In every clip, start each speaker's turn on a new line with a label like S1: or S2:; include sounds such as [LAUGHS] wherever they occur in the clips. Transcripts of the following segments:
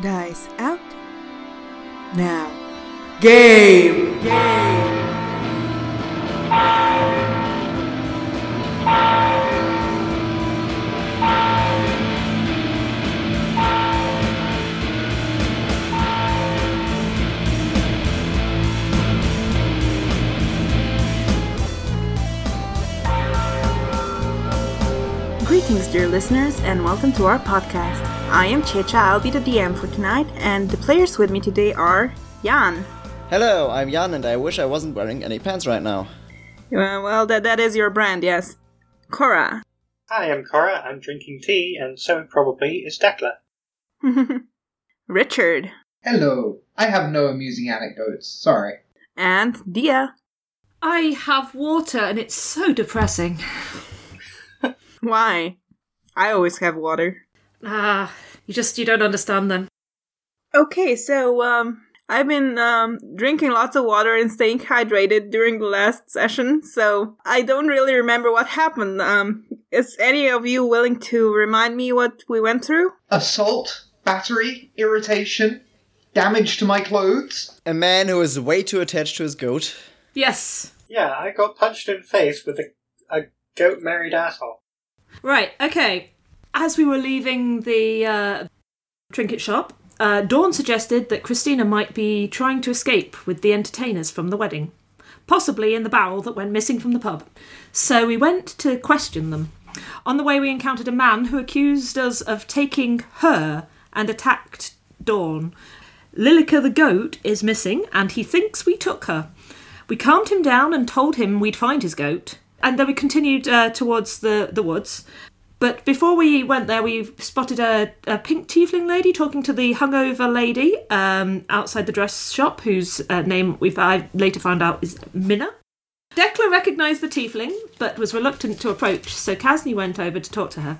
S1: dies out. Now, game!
S2: Greetings, dear listeners, and welcome to our podcast. I am Checha, I'll be the DM for tonight, and the players with me today are Jan.
S3: Hello, I'm Jan, and I wish I wasn't wearing any pants right now.
S2: Uh, well, that, that is your brand, yes. Cora.
S4: Hi, I'm Cora. I'm drinking tea, and so it probably is Dakla.
S2: Richard.
S5: Hello. I have no amusing anecdotes. Sorry.
S2: And Dia.
S6: I have water and it's so depressing.
S2: Why? I always have water.
S6: Ah, you just you don't understand them.
S2: Okay, so um I've been um drinking lots of water and staying hydrated during the last session, so I don't really remember what happened. Um is any of you willing to remind me what we went through?
S5: Assault, battery, irritation, damage to my clothes.
S3: A man who is way too attached to his goat.
S6: Yes.
S4: Yeah, I got punched in the face with a, a goat married asshole.
S6: Right. Okay. As we were leaving the uh, trinket shop, uh, Dawn suggested that Christina might be trying to escape with the entertainers from the wedding, possibly in the barrel that went missing from the pub. So we went to question them. On the way, we encountered a man who accused us of taking her and attacked Dawn. Lilica the goat is missing, and he thinks we took her. We calmed him down and told him we'd find his goat, and then we continued uh, towards the, the woods. But before we went there, we spotted a, a pink tiefling lady talking to the hungover lady um, outside the dress shop, whose uh, name we I later found out is Minna. Dekla recognised the tiefling, but was reluctant to approach, so Kasni went over to talk to her.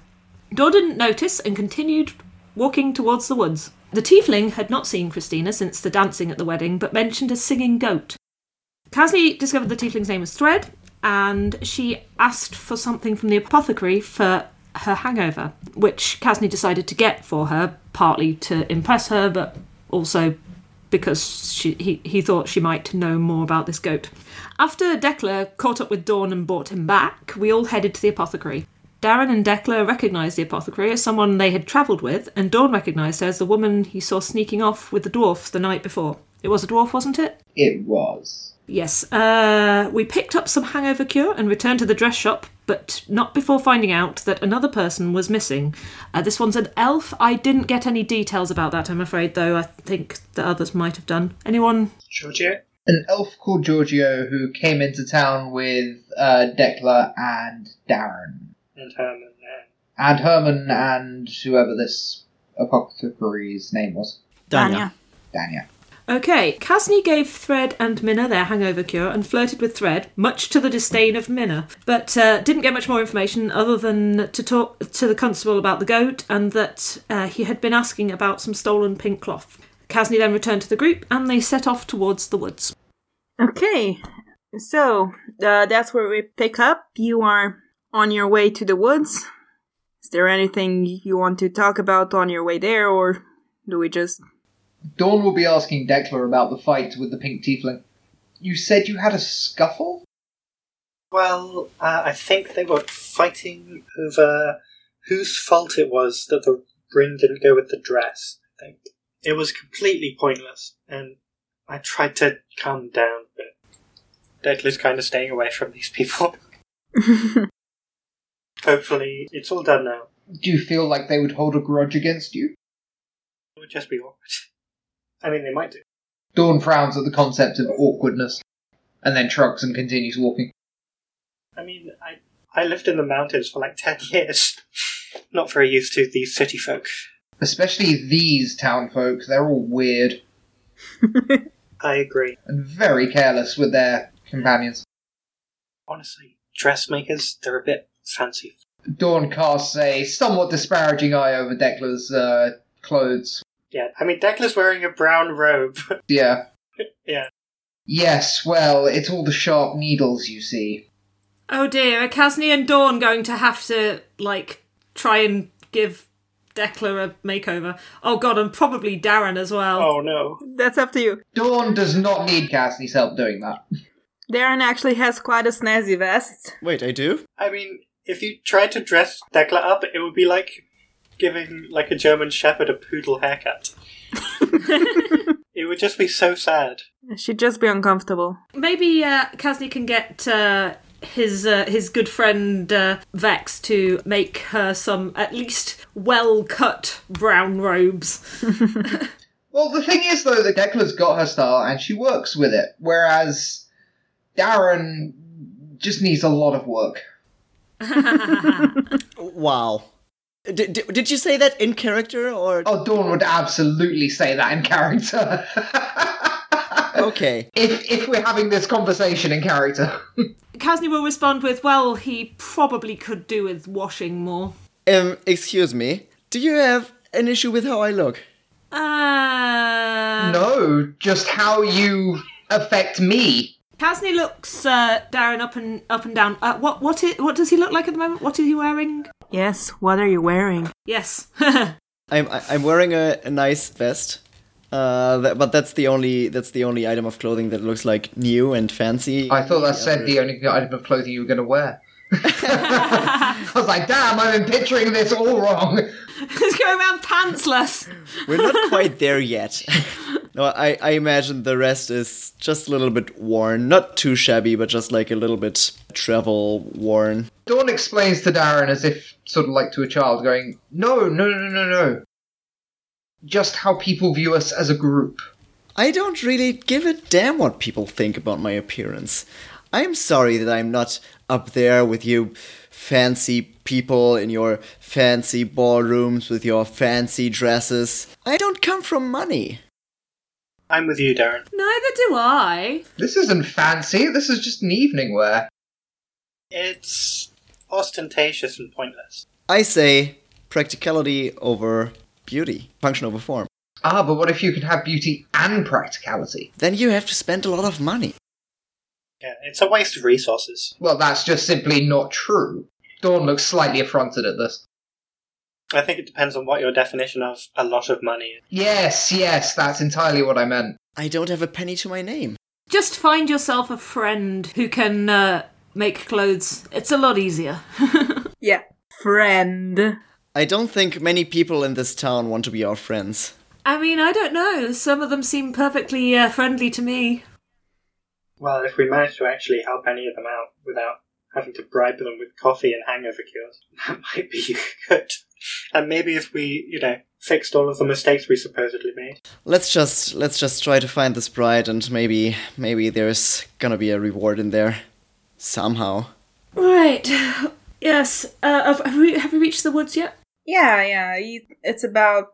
S6: Dor didn't notice and continued walking towards the woods. The tiefling had not seen Christina since the dancing at the wedding, but mentioned a singing goat. Kasni discovered the tiefling's name was Thread, and she asked for something from the apothecary for her hangover, which Kasni decided to get for her, partly to impress her, but also because she, he, he thought she might know more about this goat. After Dekla caught up with Dawn and brought him back, we all headed to the apothecary. Darren and Dekla recognised the apothecary as someone they had travelled with, and Dawn recognised her as the woman he saw sneaking off with the dwarf the night before. It was a dwarf, wasn't it?
S5: It was.
S6: Yes, uh, we picked up some hangover cure and returned to the dress shop, but not before finding out that another person was missing. Uh, this one's an elf. I didn't get any details about that, I'm afraid, though. I think the others might have done. Anyone?
S4: Giorgio?
S5: An elf called Giorgio who came into town with uh, Dekla and Darren.
S4: And Herman. And
S5: And Herman and whoever this apothecary's name was.
S2: Danya.
S5: Dania.
S6: Okay, Kasni gave Thread and Minna their hangover cure and flirted with Thread, much to the disdain of Minna, but uh, didn't get much more information other than to talk to the constable about the goat and that uh, he had been asking about some stolen pink cloth. Kasni then returned to the group and they set off towards the woods.
S2: Okay, so uh, that's where we pick up. You are on your way to the woods. Is there anything you want to talk about on your way there, or do we just. [LAUGHS]
S5: Dawn will be asking Dekla about the fight with the pink tiefling. You said you had a scuffle?
S4: Well, uh, I think they were fighting over whose fault it was that the ring didn't go with the dress. I think it was completely pointless, and I tried to calm down, but Deadly's kind of staying away from these people. Hopefully, it's all done now.
S5: Do you feel like they would hold a grudge against you?
S4: It would just be awkward. I mean, they might do.
S5: Dawn frowns at the concept of awkwardness and then shrugs and continues walking.
S4: I mean, I I lived in the mountains for like ten [LAUGHS] years. Not very used to these city folk.
S5: Especially these town folk, they're all weird
S4: I agree.
S5: and very careless with their companions.
S4: Honestly, dressmakers they're a bit fancy.
S5: Dawn casts a somewhat disparaging eye over Decla's uh, clothes.
S4: Yeah, I mean, Declan's wearing a brown robe. [LAUGHS]
S5: Yeah.
S4: yeah,
S5: Yes, well, it's all the sharp needles, you see.
S6: Oh dear, are Kasni and Dawn going to have to, like, try and give Decla a makeover. Oh god, and probably Darren as well.
S4: Oh no.
S2: That's up to you.
S5: Dawn does not need Cassidy's help doing that.
S2: Darren actually has quite a snazzy vest.
S3: Wait, I do?
S4: I mean, if you tried to dress Dekla up, it would be like giving like a German Shepherd a poodle haircut. it would just be so sad.
S2: She'd just be uncomfortable.
S6: Maybe uh, Kasny can get uh, his uh, his good friend uh, Vex to make her some at least well cut brown robes.
S5: Well, the thing is, though, that Decla's got her style and she works with it, whereas Darren just needs a lot of work.
S3: Wow. Did, did, did you say that in character or?
S5: Oh, Dawn would absolutely say that in character.
S3: Okay.
S5: if if we're having this conversation in character,
S6: Kasny will respond with, "Well, he probably could do with washing more."
S3: Um, excuse me. Do you have an issue with how I look?
S6: Uh,
S5: no, just how you affect me.
S6: Kasny looks uh, Darren up and up and down. Uh, what what i what does he look like at the moment? What is he wearing?
S2: Yes, what are you wearing?
S6: Yes. [LAUGHS]
S3: I'm I- I'm wearing a, a nice vest, uh, that, but that's the only that's the only item of clothing that looks like new and fancy.
S5: I thought that said the only item of clothing you were going to wear. I was like, damn, I've been picturing this all wrong.
S6: He's going around pantsless.
S3: We're not quite there yet. [LAUGHS] no, I I imagine the rest is just a little bit worn, not too shabby, but just like a little bit travel worn.
S5: Dawn explains to Darren as if sort of like to a child, going, No, no, no, no, no. Just how people view us as a group.
S3: I don't really give a damn what people think about my appearance. I'm sorry that I'm not up there with you fancy people in your fancy ballrooms with your fancy dresses. I don't come from money.
S4: I'm with you, Darren.
S6: Neither do I.
S5: This isn't fancy, this is just an evening wear.
S4: It's ostentatious and pointless.
S3: I say practicality over beauty, function over form.
S5: Ah, but what if you can have beauty and practicality?
S3: Then you have to spend a lot of money.
S4: Yeah, it's a waste of resources.
S5: Well, that's just simply not true. Dawn looks slightly affronted at this.
S4: I think it depends on what your definition of a lot of money is.
S5: Yes, yes, that's entirely what I meant.
S3: I don't have a penny to my name.
S6: Just find yourself a friend who can uh, make clothes. It's a lot easier. [LAUGHS]
S2: Yeah. Friend.
S3: I don't think many people in this town want to be our friends.
S6: I mean, I don't know. Some of them seem perfectly uh, friendly to me.
S4: Well, if we manage to actually help any of them out without having to bribe them with coffee and hangover cures, [LAUGHS] that might be good. And maybe if we, you know, fixed all of the mistakes we supposedly made.
S3: Let's just let's just try to find this bride and maybe maybe there's gonna be a reward in there. Somehow.
S6: Right. Yes. Uh, have, have, we, have we reached the woods yet?
S2: Yeah, yeah. you- It's about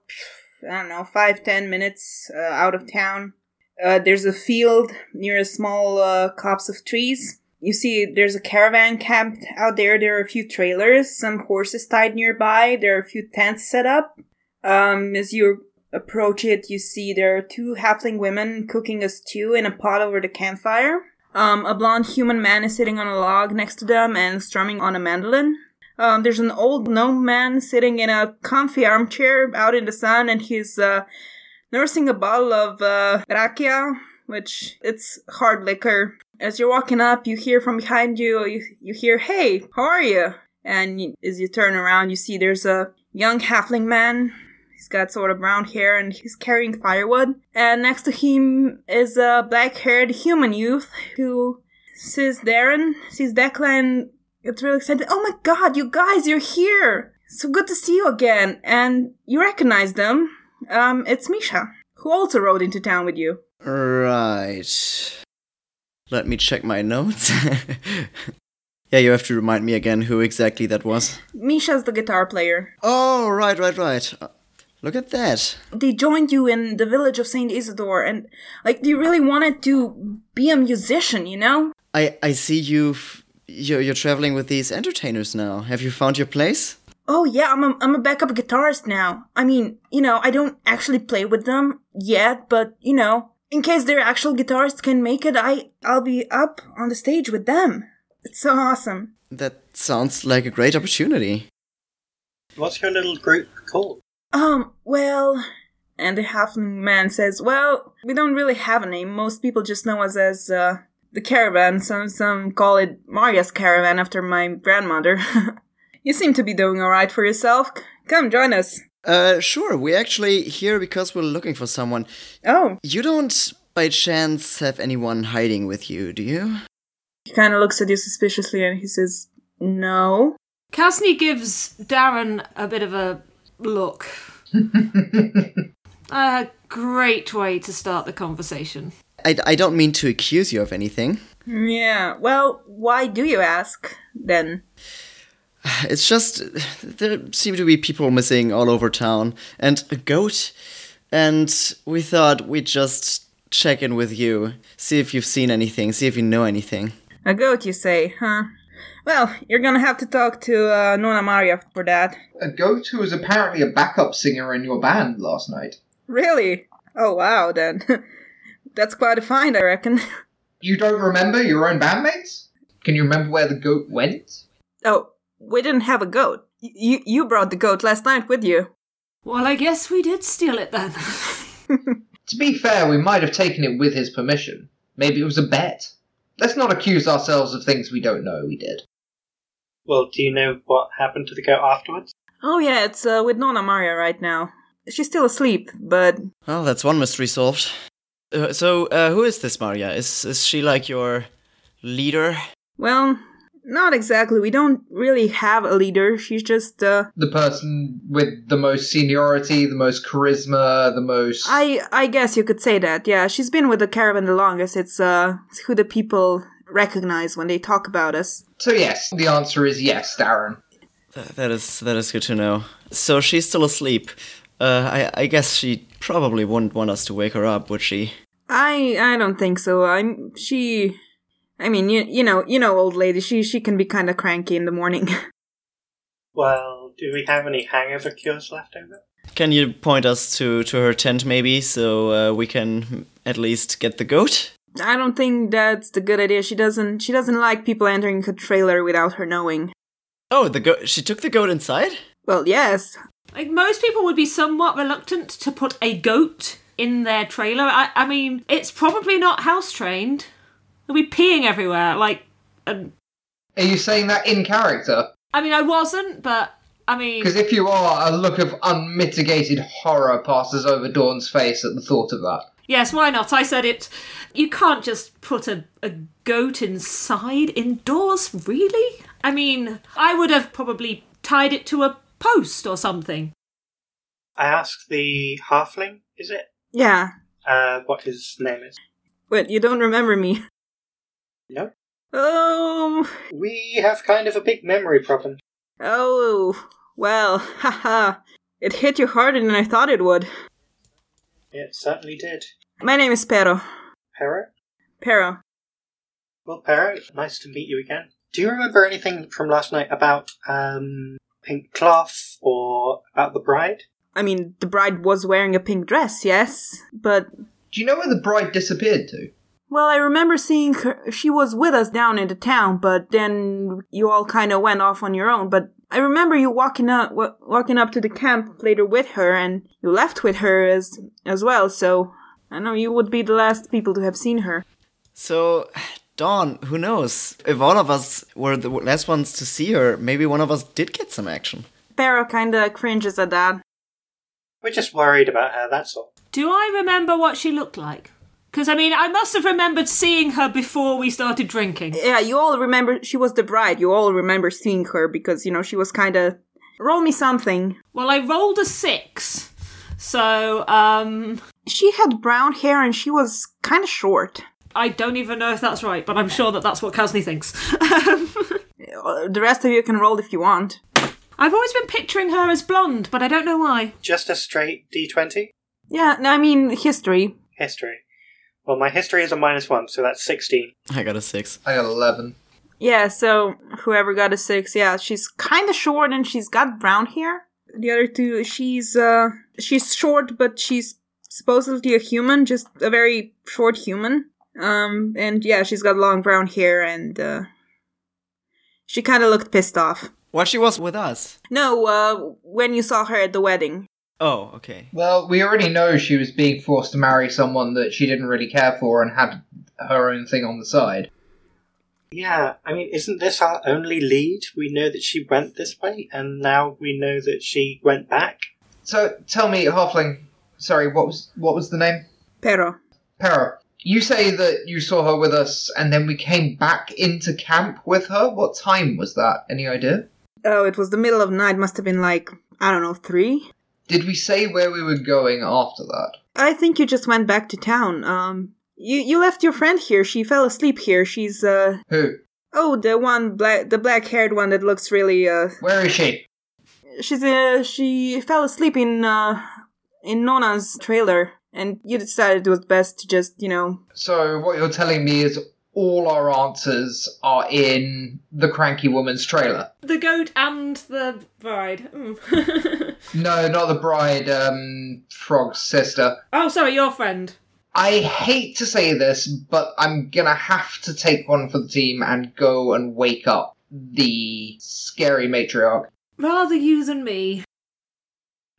S2: I don't know five ten minutes uh, out of town. Uh, there's a field near a small uh, copse of trees. You see, there's a caravan camped out there. There are a few trailers, some horses tied nearby. There are a few tents set up. Um, as you approach it, you see there are two halfling women cooking a stew in a pot over the campfire. Um, a blond human man is sitting on a log next to them and strumming on a mandolin. Um, there's an old gnome man sitting in a comfy armchair out in the sun, and he's uh, nursing a bottle of uh, rakia, which it's hard liquor. As you're walking up, you hear from behind you, you, you hear, "Hey, how are you?" And you, as you turn around, you see there's a young halfling man. He's got sort of brown hair, and he's carrying firewood. And next to him is a black-haired human youth who sees Darren, sees Declan, it's really excited. Oh my god, you guys, you're here! So good to see you again. And you recognize them. Um, it's Misha, who also rode into town with you.
S3: Right. Let me check my notes. [LAUGHS] yeah, you have to remind me again who exactly that was.
S2: Misha's the guitar player.
S3: Oh, right, right, right. Uh, Look at that.
S2: They joined you in the village of Saint Isidore, and like they really wanted to be a musician, you know?
S3: I I see you've you're, you're traveling with these entertainers now. Have you found your place?
S2: Oh yeah, I'm a, I'm a backup guitarist now. I mean, you know, I don't actually play with them yet, but you know, in case their actual guitarists can make it, I I'll be up on the stage with them. It's so awesome.
S3: That sounds like a great opportunity.
S4: What's your little group called?
S2: Um, well. And the halfling man says, Well, we don't really have a name. Most people just know us as uh, the caravan. Some, some call it Maria's caravan after my grandmother. [LAUGHS] you seem to be doing alright for yourself. Come join us.
S3: Uh, sure, we're actually here because we're looking for someone.
S2: Oh,
S3: You don't, by chance, have anyone hiding with you, do you?
S2: he kind of looks at you suspiciously and he says, No.
S6: Casney gives Darren a bit of a [LAUGHS] look. a great way to start the conversation.
S3: I, I don't mean to accuse you of anything.
S2: Yeah, well, why do you ask then?
S3: It's just uh, there seem to be people missing all over town, and a goat. And we thought we'd just check in with you, see if you've seen anything, see if you know anything.
S2: A goat, you say, huh? Well, you're gonna have to talk to uh, Nona Maria for that.
S5: A goat who was apparently a backup singer in your band last night.
S2: Really? Oh, wow, then. [LAUGHS] That's quite a find, I reckon. [LAUGHS]
S5: You don't remember your own bandmates? Can you remember where the goat went?
S2: Oh, we didn't have a goat. Y- you you brought the goat last night with you.
S6: Well, I guess we did steal it then. [LAUGHS]
S5: To be fair, we might have taken it with his permission. Maybe it was a bet. Let's not accuse ourselves of things we don't know we did.
S4: Well, do you know what happened to the goat afterwards?
S2: Oh yeah, it's uh, with Nona Maria right now. She's still asleep, but
S3: Well, that's one mystery solved. Uh, so, uh, who is this Maria? Is is she like your leader?
S2: well, not exactly. We don't really have a leader. She's just uh,
S5: The person with the most seniority, the most charisma, the most.
S2: I I guess you could say that. Yeah, she's been with the caravan the longest. It's uh it's who the people recognize when they talk about us.
S5: So, yes, the answer is yes, Darren.
S3: Th- that is that is good to know. So she's still asleep. Uh, I I guess she probably wouldn't want us to wake her up, would she?
S2: I I don't think so. I'm she I mean, you you know, you know old lady, she she can be kind of cranky in the morning. [LAUGHS]
S4: Well, do we have any hangover cures left over?
S3: Can you point us to to her tent maybe, so uh, we can at least get the goat?
S2: I don't think that's the good idea. She doesn't she doesn't like people entering her trailer without her knowing.
S3: Oh, the goat. She took the goat inside.
S2: Well, yes.
S6: like, most people would be somewhat reluctant to put a goat in their trailer. I, I mean, it's probably not house trained. They'll be peeing everywhere. Like, and,
S5: Are you saying that in character?
S6: I mean, I wasn't, but I mean,
S5: Because if you are, a look of unmitigated horror passes over Dawn's face at the thought of that.
S6: Yes, why not? I said it. You can't just put a, a goat inside indoors, really? I mean, I would have probably tied it to a post or something.
S4: I asked the halfling, is it?
S2: Yeah.
S4: Uh, what his name is.
S2: But you don't remember me. [LAUGHS]
S4: No.
S2: Oh.
S4: We have kind of a big memory problem.
S2: Oh. Well, [LAUGHS] haha. It hit you harder than I thought it would.
S4: It certainly did.
S2: My name is Pero.
S4: Pero?
S2: Pero.
S4: Well, Pero, nice to meet you again. Do you remember anything from last night about um, pink cloth or about the bride?
S2: I mean, the bride was wearing a pink dress, yes, but
S5: Do you know where the bride disappeared to?
S2: well, I remember seeing her. She was with us down in the town, but then you all kind of went off on your own. But I remember you walking up, wa walking up to the camp later with her, and you left with her as as well. So I know you would be the last people to have seen her.
S3: So, Dawn, who knows? If all of us were the last ones to see her, maybe one of us did get some action.
S2: Pero kind of cringes at that.
S4: We're just worried about her, that's all.
S6: Do I remember what she looked like? Because, I mean, I must have remembered seeing her before we started drinking.
S2: Yeah, you all remember she was the bride. You all remember seeing her because you know she was kind of roll me something.
S6: Well, I rolled a six. So, um,
S2: She had brown hair and she was kind of short.
S6: I don't even know if that's right, but I'm sure that that's what Casney thinks. [LAUGHS]
S2: Uh, The rest of you can roll if you want.
S6: I've always been picturing her as blonde, but I don't know why.
S4: Just a straight D20?
S2: Yeah, no, I mean history.
S4: History. Well, my history is a minus one, so that's 16.
S3: I got a six.
S5: I got 11.
S2: Yeah, so whoever got a six, yeah, she's kind of short and she's got brown hair. The other two, she's uh, she's short, but she's supposedly a human, just a very short human. Um, and yeah, she's got long brown hair and uh, she kind of looked pissed off.
S3: Well, she was with us.
S2: No, uh, when you saw her at the wedding,
S3: Oh, okay.
S5: Well, we already know she was being forced to marry someone that she didn't really care for and had her own thing on the side.
S4: Yeah, I mean, isn't this our only lead? We know that she went this way, and now we know that she went back.
S5: So tell me, Halfling, sorry, what was what was the name?
S2: Pero.
S5: Para. You say that you saw her with us and then we came back into camp with her? What time was that? Any idea?
S2: Oh, it was the middle of night, must have been like, I don't know, three?
S5: Did we say where we were going after that?
S2: I think you just went back to town. Um, you, you left your friend here. She fell asleep here. She's, uh,
S5: Who?
S2: oh, the one, black, the black haired one that looks really, uh,
S5: Where is she?
S2: she's, uh, she fell asleep in, uh, in Nona's trailer. And you decided it was best to just, you know,
S5: So what you're telling me is all our answers are in the cranky woman's trailer.
S6: The goat and the bride. Mm.
S5: No, not the bride, um Frog's sister.
S6: [LAUGHS] oh, sorry, your friend.
S5: I hate to say this, but I'm gonna have to take one for the team and go and wake up the scary matriarch.
S6: Rather you than me.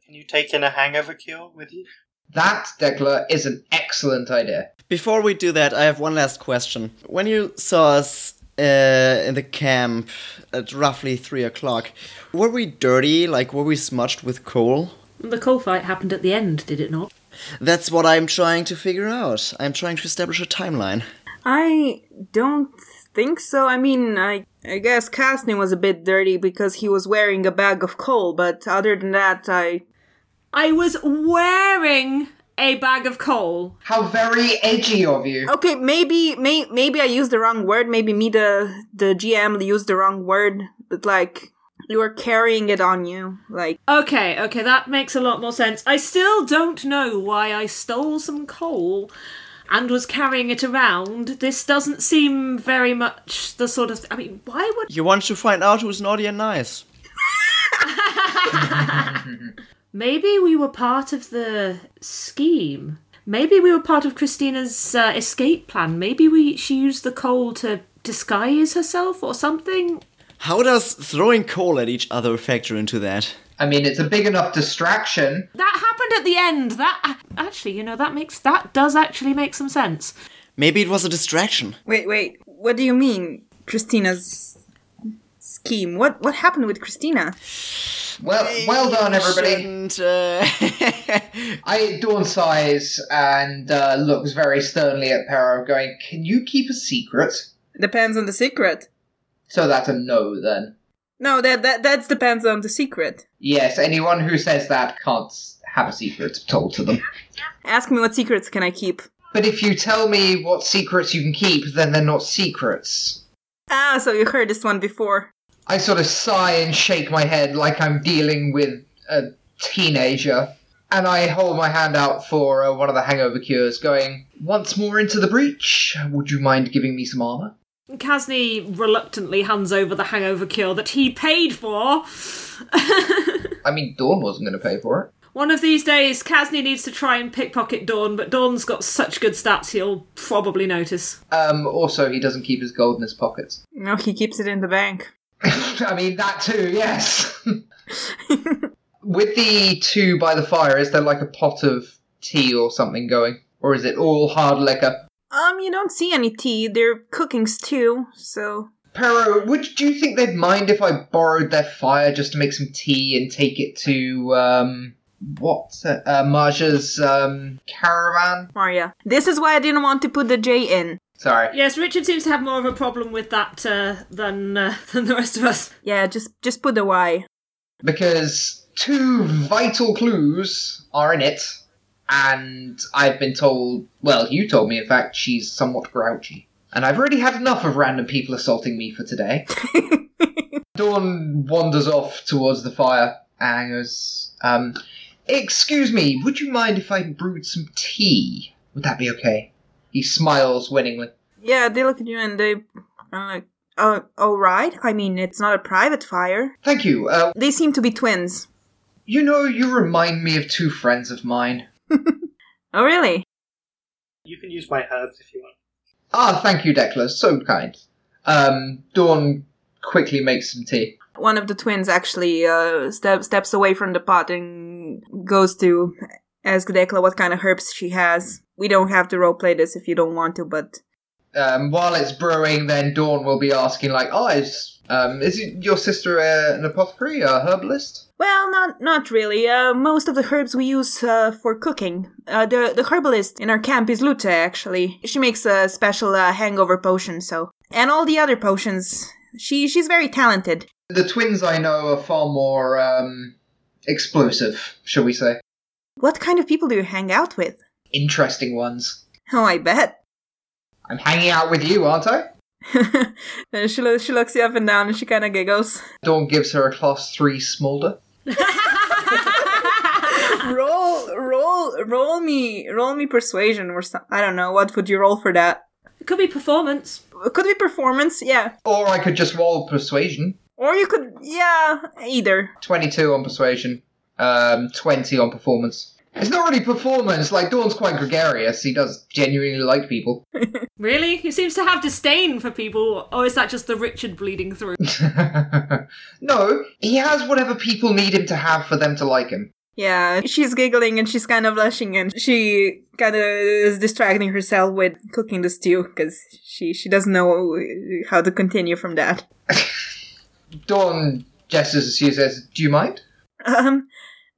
S4: Can you take in a hangover cure with you?
S5: That, Decla, is an excellent idea.
S3: Before we do that, I have one last question. When you saw us uh, in the camp at roughly three o'clock, were we dirty? Like, were we smudged with coal?
S6: The coal fight happened at the end, did it not?
S3: That's what I'm trying to figure out. I'm trying to establish a timeline.
S2: I don't think so. I mean, I I guess Kastny was a bit dirty because he was wearing a bag of coal, but other than that, I
S6: I was wearing a bag of coal.
S5: How very edgy of you.
S2: okay, maybe may, maybe I used the wrong word. Maybe me the the GM used the wrong word, but like you were carrying it on you, like
S6: Okay, okay, that makes a lot more sense. I still don't know why I stole some coal and was carrying it around. This doesn't seem very much the sort of. I mean, why would.
S3: You want to find out who's naughty and nice.
S6: Maybe we were part of the scheme. Maybe we were part of Christina's uh, escape plan. Maybe we she used the coal to disguise herself or something.
S3: How does throwing coal at each other factor into that?
S5: I mean, it's a big enough distraction.
S6: That happened at the end. That actually, you know, that makes that does actually make some sense.
S3: Maybe it was a distraction.
S2: wait, wait, what do you mean, Christina's scheme? What what happened with Christina?
S5: Well, Uh, well done, everybody.
S3: And, uh, [LAUGHS]
S5: I Dawn sighs and uh, looks very sternly at Pero, going, "Can you keep a secret?"
S2: Depends on the secret.
S5: So that's a no, then.
S2: No, that that that depends on the secret.
S5: Yes, anyone who says that can't have a secret told to them.
S2: Ask me what secrets can I keep.
S5: But if you tell me what secrets you can keep, then they're not secrets.
S2: Ah, so you heard this one before.
S5: I sort of sigh and shake my head like I'm dealing with a teenager. And I hold my hand out for uh, one of the hangover cures, going, Once more into the breach, would you mind giving me some armor?
S6: Kasny reluctantly hands over the hangover cure that he paid for. [LAUGHS]
S5: I mean, Dawn wasn't going to pay for it.
S6: One of these days, Kasny needs to try and pickpocket Dawn, but Dawn's got such good stats he'll probably notice.
S5: Um, also, he doesn't keep his gold in his pockets. [LAUGHS]
S2: No, he keeps it in the bank.
S5: I mean, that too, yes. With the two by the fire, is there like a pot of tea or something going? Or is it all hard liquor?
S2: Um, you don't see any tea. They're cooking stew, so
S5: Pero, would do you think they'd mind if I borrowed their fire just to make some tea and take it to um what uh, uh, Marja's um caravan?
S2: Maria. This is why I didn't want to put the J in.
S5: Sorry.
S6: Yes, Richard seems to have more of a problem with that uh, than uh, [LAUGHS] than the rest of us.
S2: Yeah, just just put the Y.
S5: Because two vital clues are in it, and I've been told. Well, you told me, in fact, she's somewhat grouchy, and I've already had enough of random people assaulting me for today. Dawn wanders off towards the fire and goes, um, Excuse me, would you mind if I brewed some tea? Would that be okay? He smiles winningly.
S2: Yeah, they look at you and they are like, oh, all right. I mean, it's not a private fire.
S5: Thank you. Uh,
S2: They seem to be twins.
S5: you know, you remind me of two friends of mine.
S2: Oh, really?
S4: You can use my herbs if you want.
S5: Ah, thank you, Declan. So kind. Um, Dawn quickly makes some tea.
S2: One of the twins actually uh, step, steps away from the pot and goes to ask Dekla what kind of herbs she has. We don't have to roleplay this if you don't want to, but
S5: Um, while it's brewing, then Dawn will be asking, like, "Oh, is um, is it your sister uh, an apothecary, a herbalist?"
S2: Well, not not really. Uh, most of the herbs we use uh, for cooking. Uh, the the herbalist in our camp is Luta. Actually, she makes a special uh, hangover potion. So, and all the other potions. She she's very talented.
S5: The twins I know are far more um, explosive, shall we say?
S2: What kind of people do you hang out with?
S5: Interesting ones.
S2: Oh, I bet. [LAUGHS]
S5: I'm hanging out with you, aren't I?
S2: And she lo- she looks you up and down, and she kind of giggles.
S5: Dawn gives her a class three smolder.
S2: roll roll roll me roll me persuasion or something. I don't know. What would you roll for that?
S6: It could be performance.
S2: Could be performance. Yeah.
S5: Or I could just roll persuasion.
S2: Or you could yeah either.
S5: 22 on persuasion, um, 20 on performance. It's not really performance, like Dawn's quite gregarious, he does genuinely like people. [LAUGHS]
S6: Really? He seems to have disdain for people, or is that just the Richard bleeding through? [LAUGHS]
S5: no, he has whatever people need him to have for them to like him.
S2: Yeah, she's giggling and she's kind of blushing and she kind of is distracting herself with cooking the stew because she, she doesn't know how to continue from that.
S5: Dawn gestures as she says, Do you mind?
S2: Um,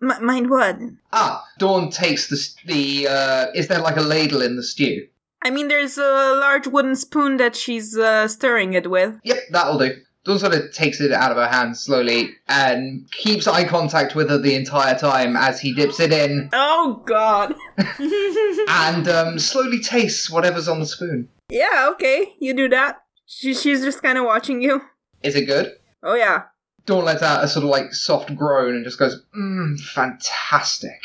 S2: m- mind what?
S5: Ah, Dawn takes the, s- the uh, is there like a ladle in the stew?
S2: I mean, there's a large wooden spoon that she's uh, stirring it with.
S5: Yep, that'll do. Dawn sort of takes it out of her hand slowly and keeps eye contact with her the entire time as he dips it in
S2: Oh, God. [LAUGHS]
S5: and um, slowly tastes whatever's on the spoon.
S2: Yeah, okay, you do that. She, she's just kind of watching you.
S5: Is it good?
S2: Oh, yeah.
S5: Dawn lets out a sort of like soft groan and just goes, Mmm, fantastic.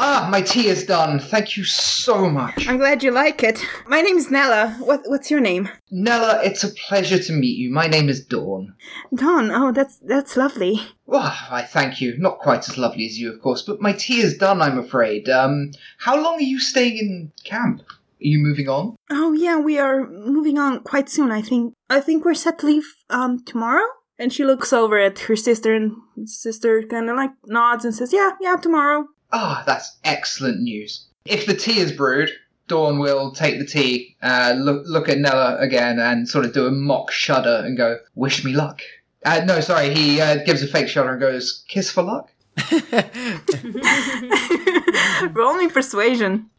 S5: Ah, my tea is done. Thank you so much.
S2: I'm glad you like it. My name's Nella. What, what's your name?
S5: Nella, it's a pleasure to meet you. My name is Dawn.
S2: Dawn. Oh, that's that's lovely.
S5: Well, I thank you. Not quite as lovely as you, of course, but my tea is done, I'm afraid. Um, how long are you staying in camp? Are you moving on?
S2: Oh yeah, we are moving on quite soon. I think I think we're set to leave um tomorrow. And she looks over at her sister, and sister kind of like nods and says, "Yeah, yeah, tomorrow." [LAUGHS]
S5: Ah, that's excellent news. If the tea is brewed, Dawn will take the tea, uh, look, look at Nella again, and sort of do a mock shudder and go, "Wish me luck." Uh, no, sorry, he uh, gives a fake shudder and goes, "Kiss for luck."
S2: Roll me persuasion.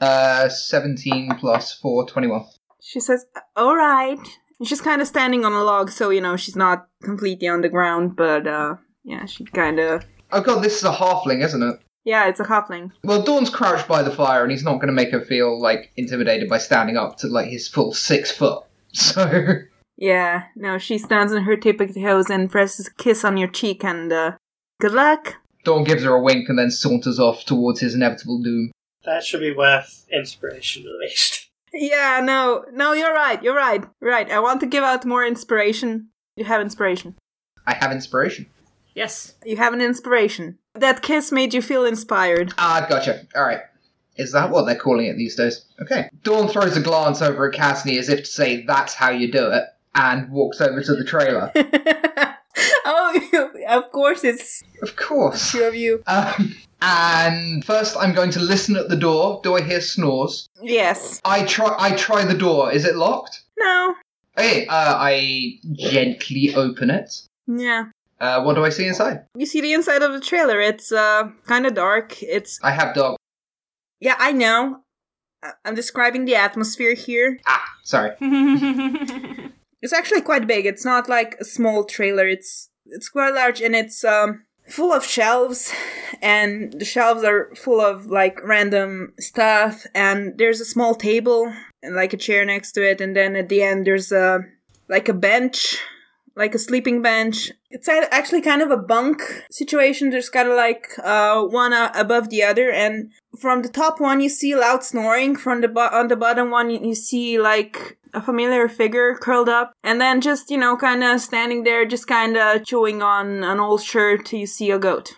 S5: Uh, Seventeen plus four, twenty-one.
S2: She says, "All right." And she's kind of standing on a log, so you know she's not completely on the ground, but uh, yeah, she kind of
S5: Oh god, this is a halfling, isn't it?
S2: yeah, it's a halfling.
S5: Well, Dawn's crouched by the fire, and he's not going to make her feel like intimidated by standing up to like his full six foot. [LAUGHS] So
S2: Yeah, no, she stands on her tiptoes and presses a kiss on your cheek, and uh, good luck.
S5: Dawn gives her a wink and then saunters off towards his inevitable doom.
S4: That should be worth inspiration at least.
S2: Yeah, no, no, you're right, you're right, right. I want to give out more inspiration. You have inspiration.
S5: I have inspiration.
S6: yes. [LAUGHS]
S2: You have an inspiration. That kiss made you feel inspired. [LAUGHS]
S5: Ah, gotcha. All right. Is that what they're calling it these days? Okay. Dawn throws a glance over at Cassidy as if to say, that's how you do it, and walks over to the trailer.
S2: oh, [LAUGHS] of course, it's [LAUGHS]
S5: of course.
S2: two of you.
S5: Um, and first, I'm going to listen at the door. Do I hear snores?
S2: Yes.
S5: I try. I try the door. Is it locked?
S2: No.
S5: Hey, uh, I gently open it.
S2: Yeah.
S5: Uh, what do I see inside?
S2: You see the inside of the trailer. It's uh kind of dark. It's
S5: I have dog.
S2: yeah, I know. I- I'm describing the atmosphere here.
S5: Ah, sorry.
S2: It's actually quite big. It's not like a small trailer. It's it's quite large and it's um full of shelves and the shelves are full of like random stuff and there's a small table and like a chair next to it and then at the end there's a like a bench like a sleeping bench it's a- actually kind of a bunk situation there's kind of like uh one uh, above the other and from the top one you see loud snoring from the bo- on the bottom one you, you see like a familiar figure curled up and then just you know kind of standing there just kind of chewing on an old shirt you see a goat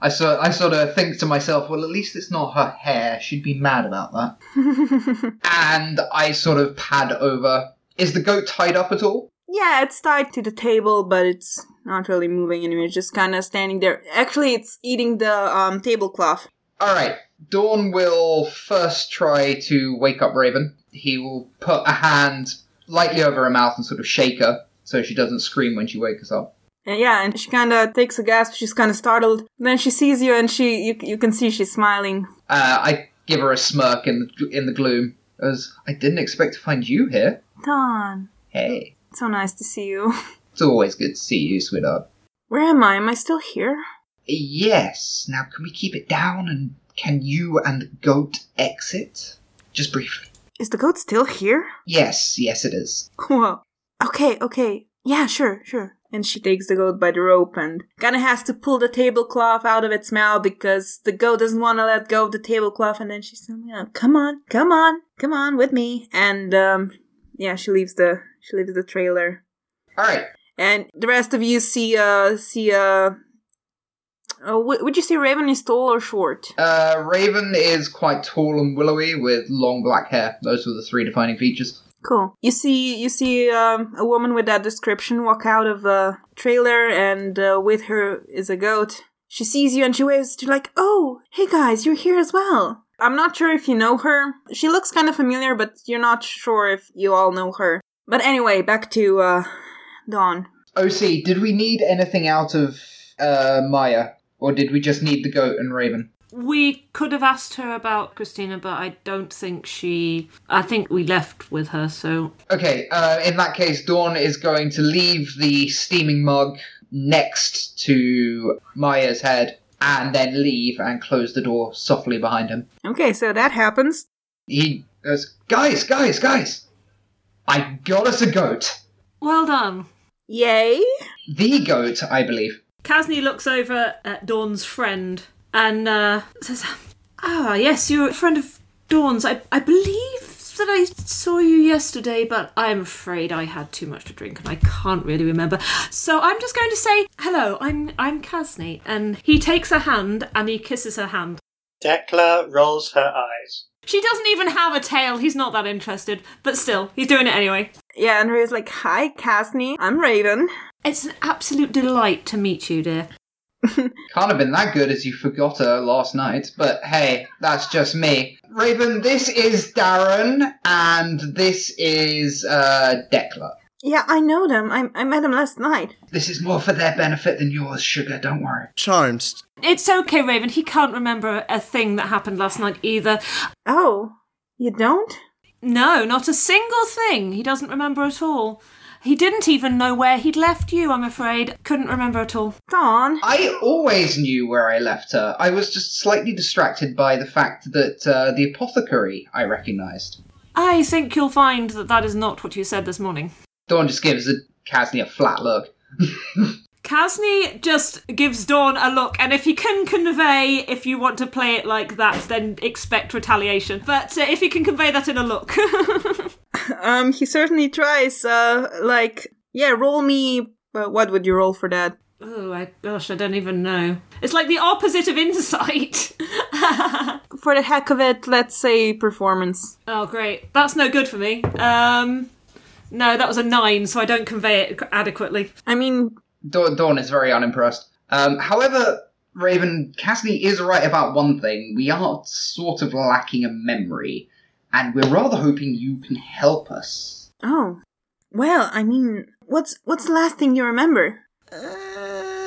S5: I so I sort of think to myself, well, at least it's not her hair. She'd be mad about that. and I sort of pad over. Is the goat tied up at all?
S2: Yeah, it's tied to the table, but it's not really moving anywhere. It's just kind of standing there. Actually, it's eating the um, tablecloth.
S5: All right. Dawn will first try to wake up Raven. He will put a hand lightly over her mouth and sort of shake her so she doesn't scream when she wakes up.
S2: And yeah, and she kind of takes a gasp. She's kind of startled. Then she sees you, and she you, you can see she's smiling.
S5: Uh, I give her a smirk in the, in the gloom as I didn't expect to find you here.
S2: Don,
S5: Hey,
S2: so nice to see you. [LAUGHS]
S5: it's always good to see you, sweetheart.
S2: Where am I? Am I still here?
S5: Yes. Now, can we keep it down and can you and the goat exit? Just briefly.
S2: Is the goat still here? [LAUGHS]
S5: Yes, yes, it is.
S2: Whoa. Okay, okay. Yeah, sure, sure. And she takes the goat by the rope and kind of has to pull the tablecloth out of its mouth because the goat doesn't want to let go of the tablecloth. And then she's like, "Yeah, "Come on, come on, come on with me." And um, yeah, she leaves the she leaves the trailer.
S5: All right.
S2: And the rest of you see uh see uh. Oh, w- would you say Raven is tall or short?
S5: Uh, Raven is quite tall and willowy with long black hair. Those were the three defining features.
S2: Cool. You see, you see um, a woman with that description walk out of a trailer, and uh, with her is a goat. She sees you and she waves. She's like, "Oh, hey guys, you're here as well." I'm not sure if you know her. She looks kind of familiar, but you're not sure if you all know her. But anyway, back to uh, Dawn.
S5: OC, did we need anything out of uh, Maya? Or did we just need the goat and Raven?
S6: We could have asked her about Christina, but I don't think she. I think we left with her, so.
S5: Okay, uh, in that case, Dawn is going to leave the steaming mug next to Maya's head and then leave and close the door softly behind him.
S2: Okay, so that happens.
S5: He goes, Guys, guys, guys! I got us a goat!
S6: Well done.
S2: Yay!
S5: The goat, I believe.
S6: Casney looks over at Dawn's friend and uh, says, Ah, yes, you're a friend of Dawn's. I, I believe that I saw you yesterday, but I'm afraid I had too much to drink and I can't really remember. So I'm just going to say, Hello, I'm, I'm Casney. And he takes her hand and he kisses her hand.
S4: Decla rolls her eyes.
S6: She doesn't even have a tail. He's not that interested, but still, he's doing it anyway.
S2: Yeah, Andrea's like, "Hi, Casney. I'm Raven."
S6: It's an absolute delight to meet you, dear.
S5: Can't have been that good as you forgot her last night, but hey, that's just me. Raven, this is Darren, and this is uh, Decla.
S2: Yeah, I know them. I I met them last night.
S5: This is more for their benefit than yours, sugar, don't worry.
S3: Charmed.
S6: It's okay, Raven. He can't remember a thing that happened last night either.
S2: Oh, you don't?
S6: No, not a single thing. He doesn't remember at all. He didn't even know where he'd left you, I'm afraid. Couldn't remember at all.
S2: Dawn.
S5: I always knew where I left her. I was just slightly distracted by the fact that uh, the apothecary I recognised.
S6: I think you'll find that that is not what you said this morning.
S5: Dawn just gives a Casney a flat look.
S6: Casney just gives Dawn a look, and if he can convey, if you want to play it like that, then expect retaliation. But uh, if he can convey that in a look. [LAUGHS]
S2: Um, he certainly tries. Uh, like, yeah, roll me. But what would you roll for that?
S6: oh, I, gosh, I don't even know. It's like the opposite of insight. [LAUGHS]
S2: For the heck of it, let's say performance.
S6: Oh, great. That's no good for me. Um, no, that was a nine, so I don't convey it adequately.
S2: I mean,
S5: Dawn, Dawn is very unimpressed. Um, however, Raven, Casney is right about one thing. We are sort of lacking a memory, and we're rather hoping you can help us.
S2: oh, well, I mean, what's what's the last thing you remember?
S3: Uh,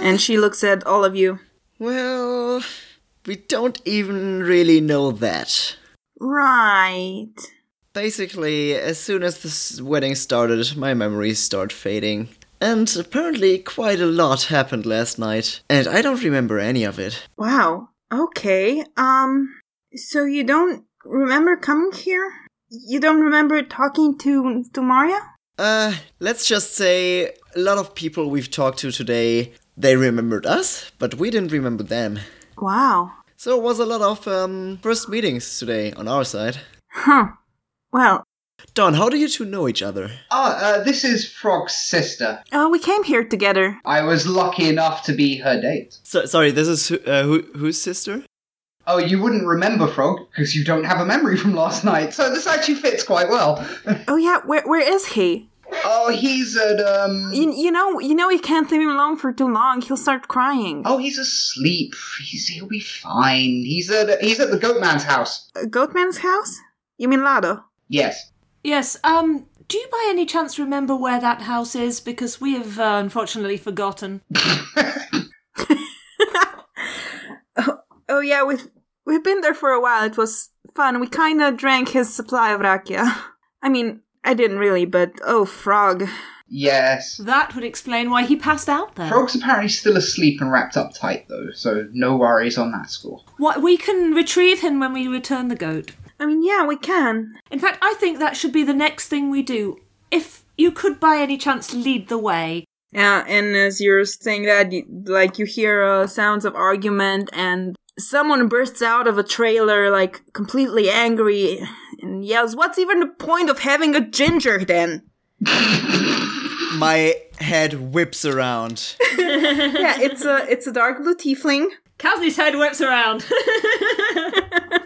S2: and she looks at all of you.
S3: Well, we don't even really know that.
S2: Right.
S3: Basically, as soon as this wedding started, my memories start fading. And apparently, quite a lot happened last night, and I don't remember any of it.
S2: Wow. Okay. Um. So you don't remember coming here? You don't remember talking to to Maria?
S3: Uh, let's just say a lot of people we've talked to today, they remembered us, but we didn't remember them.
S2: Wow.
S3: So it was a lot of um, first meetings today on our side.
S2: Huh. Well,
S3: Don, how do you two know each other?
S5: Ah, uh, this is Frog's sister.
S2: uh, we came here together.
S5: I was lucky enough to be her date.
S3: So, sorry, this is who- uh, who, whose sister?
S5: Oh, you wouldn't remember Frog because you don't have a memory from last night, so this actually fits quite well.
S2: Oh yeah, where where is he?
S5: Uh, Oh, he's at um.
S2: You, you know, you know, you can't leave him alone for too long. He'll start crying.
S5: Oh, he's asleep. He's, he'll be fine. He's at he's at the goat man's house.
S2: Uh, Goatman's house? You mean Lado?
S5: Yes.
S6: Yes. Um. Do you by any chance remember where that house is? Because we have uh, unfortunately forgotten.
S2: Oh yeah, we've we've been there for a while. It was fun. We kind of drank his supply of rakia. [LAUGHS] I mean, I didn't really, but oh frog.
S5: Yes.
S6: That would explain why he passed out there.
S5: Frog's apparently still asleep and wrapped up tight though, so no worries on that score.
S6: What we can retrieve him when we return the goat.
S2: I mean, yeah, we can.
S6: In fact, I think that should be the next thing we do. If you could by any chance lead the way.
S2: Yeah, and as you're saying that, you, like you hear uh, sounds of argument, and someone bursts out of a trailer, like completely angry, and yells, "What's even the point of having a ginger then?"
S3: My head whips around.
S2: yeah, it's a it's a dark blue tiefling.
S6: Kazni's head whips around. [LAUGHS]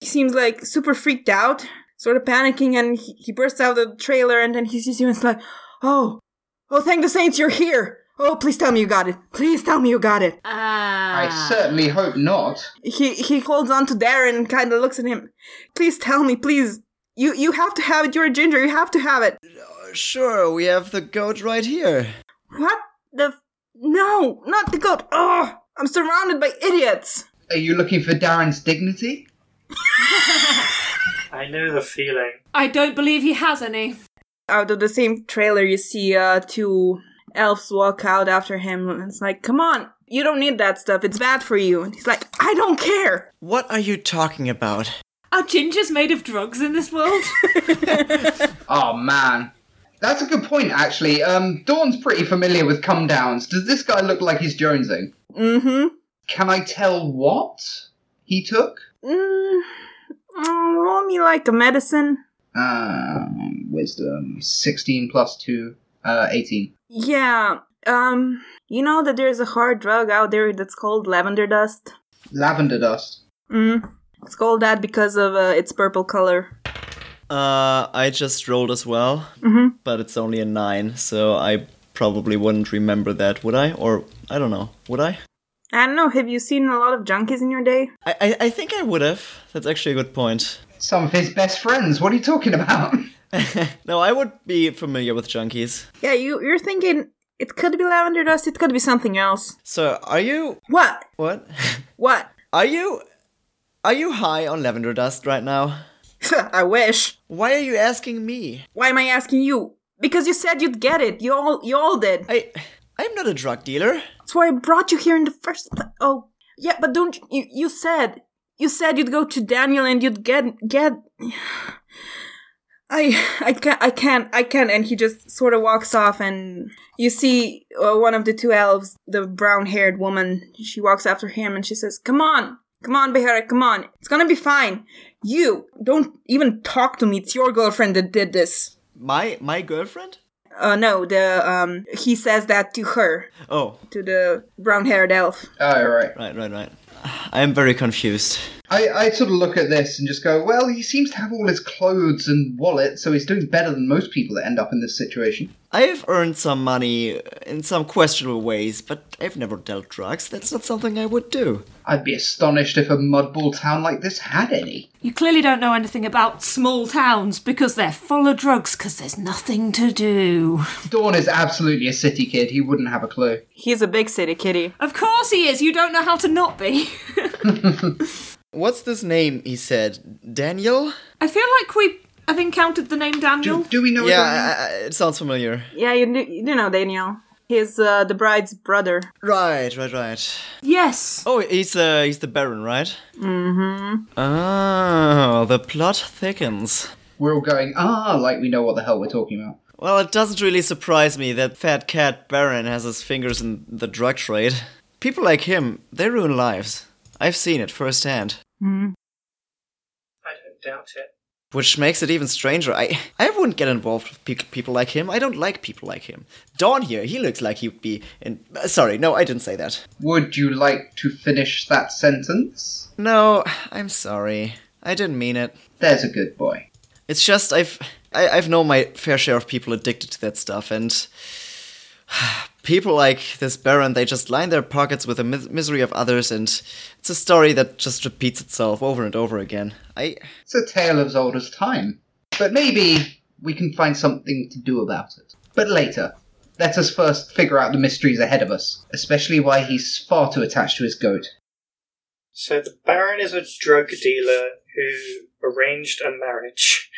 S2: He seems like super freaked out, sort of panicking, and he, he bursts out of the trailer, and then he sees you and it's like, "Oh, oh, thank the saints, you're here." Oh, please tell me you got it. Please tell me you got it.
S6: Ah.
S5: I certainly hope not.
S2: he he holds on to Darren and kind of looks at him. Please tell me, please. You you have to have it. You're a ginger. You have to have it.
S3: Sure, we have the goat right here.
S2: What the? F- no, not the goat. Oh, I'm surrounded by idiots.
S5: Are you looking for Darren's dignity?
S4: I know the feeling.
S6: I don't believe he has any.
S2: Out of the same trailer, you see uh, two elves walk out after him. And it's like, come on, you don't need that stuff. It's bad for you. And he's like, I don't care.
S3: What are you talking about?
S6: Are gingers made of drugs in this world? [LAUGHS]
S5: Oh man. That's a good point, actually. Um, Dawn's pretty familiar with come downs. Does this guy look like he's jonesing?
S2: Mm-hmm.
S5: Can I tell what he took?
S2: Mm, mm, roll me like a medicine.
S5: Um, wisdom 16 plus 2, uh, 18.
S2: Yeah. Um, you know that there's a hard drug out there that's called lavender dust?
S5: Lavender dust.
S2: Mm. It's called that because of uh, its purple color.
S3: Uh, I just rolled as well,
S2: Mhm.
S3: but it's only a nine, so I probably wouldn't remember that, would I? Or I don't know, would I?
S2: I don't know, have you seen a lot of junkies in your day?
S3: I, I, I think I would have. That's actually a good point. [LAUGHS]
S5: Some of his best friends. What are you talking about? [LAUGHS]
S3: no, I would be familiar with junkies.
S2: Yeah, you, you're thinking it could be lavender dust, it could be something else.
S3: So, are you
S2: What?
S3: what? [LAUGHS]
S2: What? [LAUGHS]
S3: Are you are you high on lavender dust right now?
S2: I wish.
S3: Why are you asking me?
S2: Why am I asking you? Because you said you'd get it. You all you all did.
S3: I I'm not a drug dealer.
S2: That's why I brought you here in the first place. Oh, yeah, but don't you, you? You said you said you'd go to Daniel and you'd get get. [SIGHS] I I can't I can't I can't. And he just sort of walks off, and you see uh, one of the two elves, the brown-haired woman. She walks after him, and she says, "Come on." Come on, Behera, come on. It's gonna be fine. You don't even talk to me. It's your girlfriend that did this.
S3: My my girlfriend?
S2: Uh no, the um he says that to her,
S3: Oh,
S2: to the brown-haired elf.
S5: Oh, right.
S3: right, right, right. I am very confused.
S5: I, I sort of look at this and just go, well, he seems to have all his clothes and wallet, so he's doing better than most people that end up in this situation.
S3: I have earned some money in some questionable ways, but I've never dealt drugs. That's not something I would do.
S5: I'd be astonished if a mudball town like this had any.
S6: you clearly don't know anything about small towns because they're full of drugs because there's nothing to do.
S5: Dawn is absolutely a city kid. He wouldn't have a clue.
S2: He's a big city kitty.
S6: Of course he is. You don't know how to not be. [LAUGHS]
S3: What's this name? He said, Daniel.
S6: I feel like we have encountered the name
S5: Do,
S6: Daniel.
S5: do we know?
S3: Yeah,
S5: his name?
S3: I- I- it sounds familiar.
S2: Yeah, you, kn- you do know Daniel. He's uh, the bride's brother.
S3: Right, right, right.
S6: Yes.
S3: Oh, he's uh, he's the Baron, right? Mm-hmm. Oh, the plot thickens.
S5: We're all going, ah, like we know what the hell we're talking about.
S3: Well, it doesn't really surprise me that fat cat Baron has his fingers in the drug trade. People like him, they ruin lives. I've seen it firsthand.
S4: I don't doubt it.
S3: Which makes it even stranger. I I wouldn't get involved with pe- people like him. I don't like people like him. Dawn here, he looks like he'd be in. uh, sorry, no, I didn't say that.
S5: Would you like to finish that sentence?
S3: No, I'm sorry. I didn't mean it.
S5: There's a good boy.
S3: It's just I've I, I've known my fair share of people addicted to that stuff, and [SIGHS] people like this Baron, they just line their pockets with the mis- misery of others, and it's a story that just repeats itself over and over again. I.
S5: It's a tale as old as time. But maybe we can find something to do about it. But later. Let us first figure out the mysteries ahead of us, especially why he's far too attached to his goat.
S4: So the Baron is a drug dealer who arranged a marriage.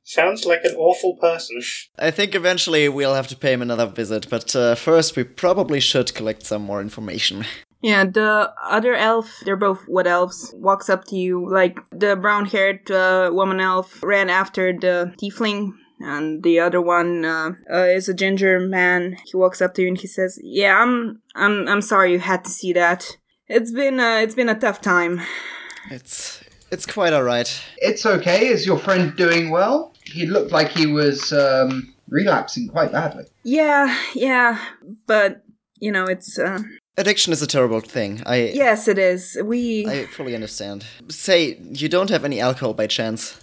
S4: [LAUGHS] Sounds like an awful person. [LAUGHS]
S3: I think eventually we'll have to pay him another visit, but uh, first we probably should collect some more information.
S2: Yeah, the other elf, they're both wood elves, walks up to you. Like the brown haired uh, woman elf ran after the tiefling, and the other one uh, uh, is a ginger man. He walks up to you and he says, "Yeah, I'm, I'm, I'm sorry you had to see that. It's been, uh, it's been a tough time.
S3: It's it's quite alright.
S5: It's okay, is your friend doing well? He looked like he was um, relapsing quite badly.
S2: Yeah, yeah, but you know, it's, uh,
S3: Addiction is a terrible thing. I
S2: yes, it is. We,
S3: I fully understand. Say you don't have any alcohol by chance.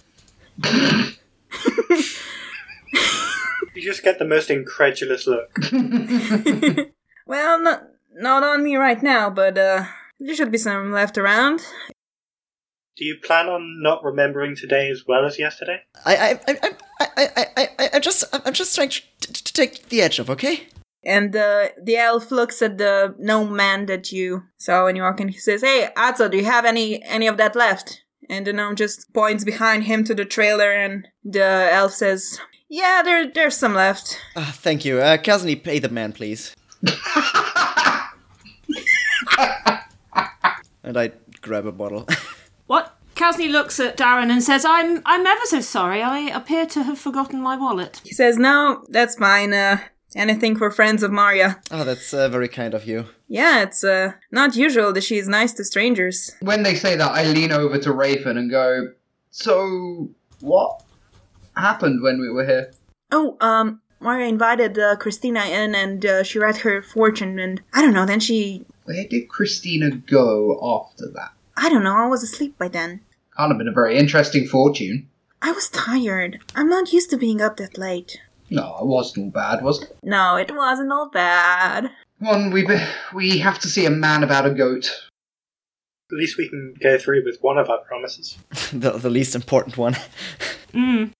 S4: You just get the most incredulous look.
S2: well, not, not on me right now, but uh, there should be some left around.
S4: Do you plan on not remembering today as well as yesterday?
S3: I I I I I I, I, I I'm just I'm just trying to, to, to take the edge off. Okay.
S2: And uh, the elf looks at the gnome man that you saw when you walk in. He says, "Hey, Atzo, do you have any any of that left?" And the gnome just points behind him to the trailer, and the elf says, "Yeah, there there's some left."
S3: Ah, thank you, uh, Kazny. Pay the man, please. and I grab a bottle. [LAUGHS]
S6: What? Kasny looks at Darren and says, "I'm I'm ever so sorry. I appear to have forgotten my wallet."
S2: He says, "No, that's fine. Uh, anything for friends of Maria."
S3: Ah, that's uh, very kind of you. [LAUGHS]
S2: Yeah, it's uh, not usual that she's nice to strangers.
S5: When they say that, I lean over to Raven and go, So, what happened when we were here?
S2: Oh, um, Maria invited uh, Christina in, and uh, she read her fortune, and I don't know. Then she,
S5: Where did Christina go after that?
S2: I don't know. I was asleep by then.
S5: Can't have been a very interesting fortune.
S2: I was tired. I'm not used to being up that late.
S5: No, it wasn't all bad, was it?
S2: No, it wasn't all bad.
S5: One, we, be- we have to see a man about a goat.
S4: At least we can go through with one of our promises.
S3: the the least important one. [LAUGHS]
S6: Mm.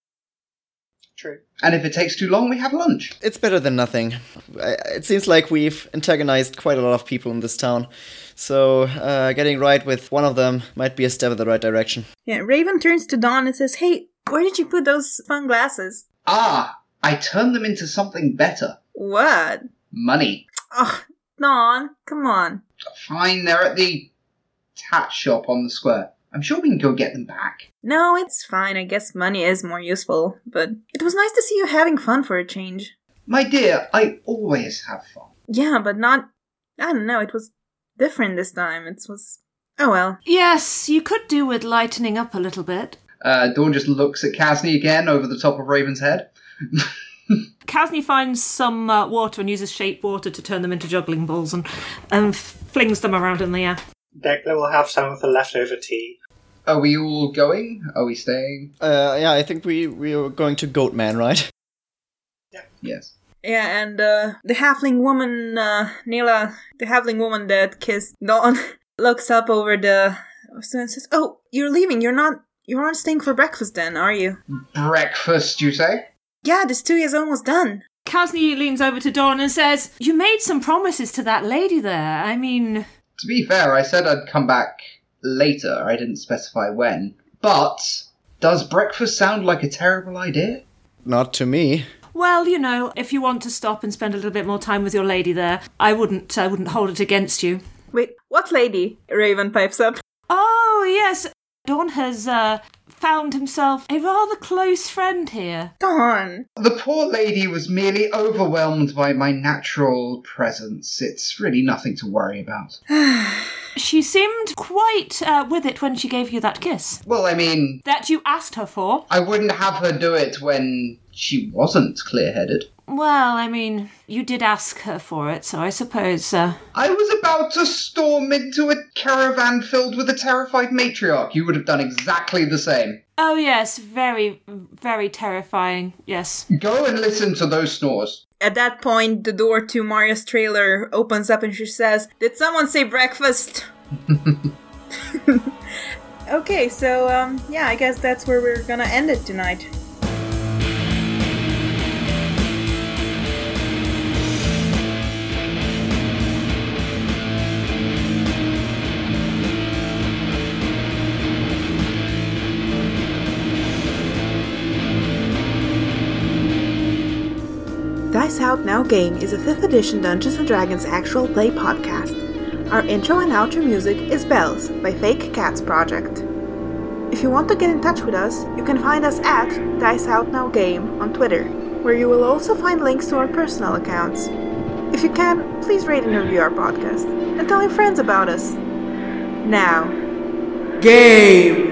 S4: True.
S5: And if it takes too long, we have lunch.
S3: It's better than nothing. I- It seems like we've antagonized quite a lot of people in this town, so uh, getting right with one of them might be a step in the right direction.
S2: Yeah, Raven turns to Dawn and says, Hey, where did you put those fun glasses?
S5: Ah, I turned them into something better
S2: What?
S5: money.
S2: Oh, Dawn, come on.
S5: Fine, they're at the tat shop on the square. I'm sure we can go get them back.
S2: No, it's fine. I guess money is more useful, but it was nice to see you having fun for a change.
S5: My dear, I always have fun.
S2: Yeah, but not. I don't know, it was different this time. It was. Oh well.
S6: Yes, you could do with lightening up a little bit.
S5: Uh, Dawn just looks at Casney again over the top of Raven's head.
S6: Kasny finds some uh, water and uses shape water to turn them into juggling balls and and flings them around in the air.
S4: Declan will have some of the leftover tea.
S5: Are we all going? Are we staying?
S3: Uh, yeah, I think we we are going to Goatman, right?
S5: Yes.
S2: Yeah, and uh, the halfling woman, uh, Nila, the halfling woman that kissed Dawn, [LAUGHS] looks up over the so and says, "Oh, you're leaving. You're not. You're not staying for breakfast, then, are you?"
S5: Breakfast, you say?
S2: Yeah, this stew is almost done.
S6: Kasny leans over to Dawn and says, "You made some promises to that lady there. I mean,
S5: To be fair, I said I'd come back later. I didn't specify when. But does breakfast sound like a terrible idea?
S3: Not to me.
S6: well, you know, if you want to stop and spend a little bit more time with your lady there, I wouldn't I wouldn't hold it against you."
S2: Wait, what lady? Raven pipes up. [LAUGHS]
S6: Oh, yes. Don has uh, found himself a rather close friend here.
S2: Dawn.
S5: The poor lady was merely overwhelmed by my natural presence. It's really nothing to worry about.
S6: She seemed quite uh, with it when she gave you that kiss
S5: Well, I mean,
S6: that you asked her for.
S5: I wouldn't have her do it when she wasn't clear headed.
S6: Well, I mean, you did ask her for it, so I suppose. Uh,
S5: I was about to storm into a caravan filled with a terrified matriarch. You would have done exactly the same.
S6: oh, yes, very, very terrifying. Yes.
S5: Go and listen to those snores.
S2: At that point, the door to Maria's trailer opens up and she says, Did someone say breakfast? [LAUGHS] okay, so um, yeah, I guess that's where we're gonna end it tonight.
S1: Dice Out Now Game is a 5th edition Dungeons & Dragons actual play podcast. Our intro and outro music is Bells by Fake Cats Project. If you want to get in touch with us, you can find us at Dice Out Now Game on Twitter, where you will also find links to our personal accounts. If you can, please rate and review our podcast and tell your friends about us. Now,
S3: Game.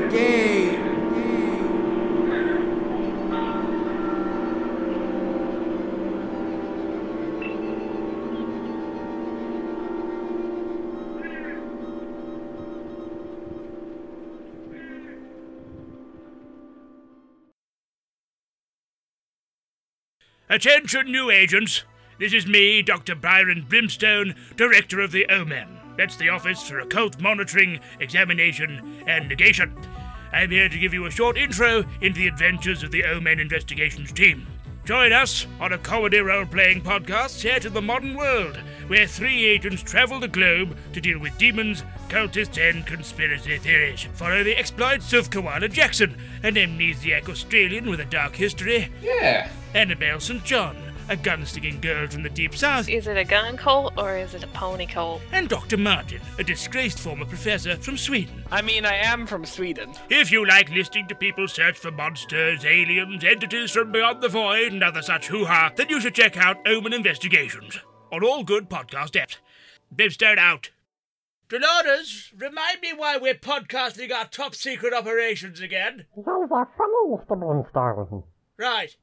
S7: Attention, new agents. This is me, Dr. Byron Brimstone, Director of the Omen. That's the Office for Occult Monitoring, Examination, and Negation. I'm here to give you a short intro into the adventures of the Omen Investigations team. Join us on a comedy role playing podcast set in the modern world, where three agents travel the globe to deal with demons, cultists, and conspiracy theories. Follow the exploits of Koala Jackson, an amnesiac Australian with a dark history,
S5: Yeah.
S7: Annabelle St. John, a gun-slinging girl from the Deep South,
S8: Is it a gun cult or is it a pony cult?
S7: and Dr. Martin, a disgraced former professor from Sweden.
S9: I mean, I am from Sweden.
S7: If you like listening to people search for monsters, aliens, entities from beyond the void, and other such hoo ha, then you should check out Omen Investigations on all good podcast apps. Bibstone out. Dolores, remind me why we're podcasting our top secret operations again.
S10: Those are from Ulsterbrunstone.
S7: Right.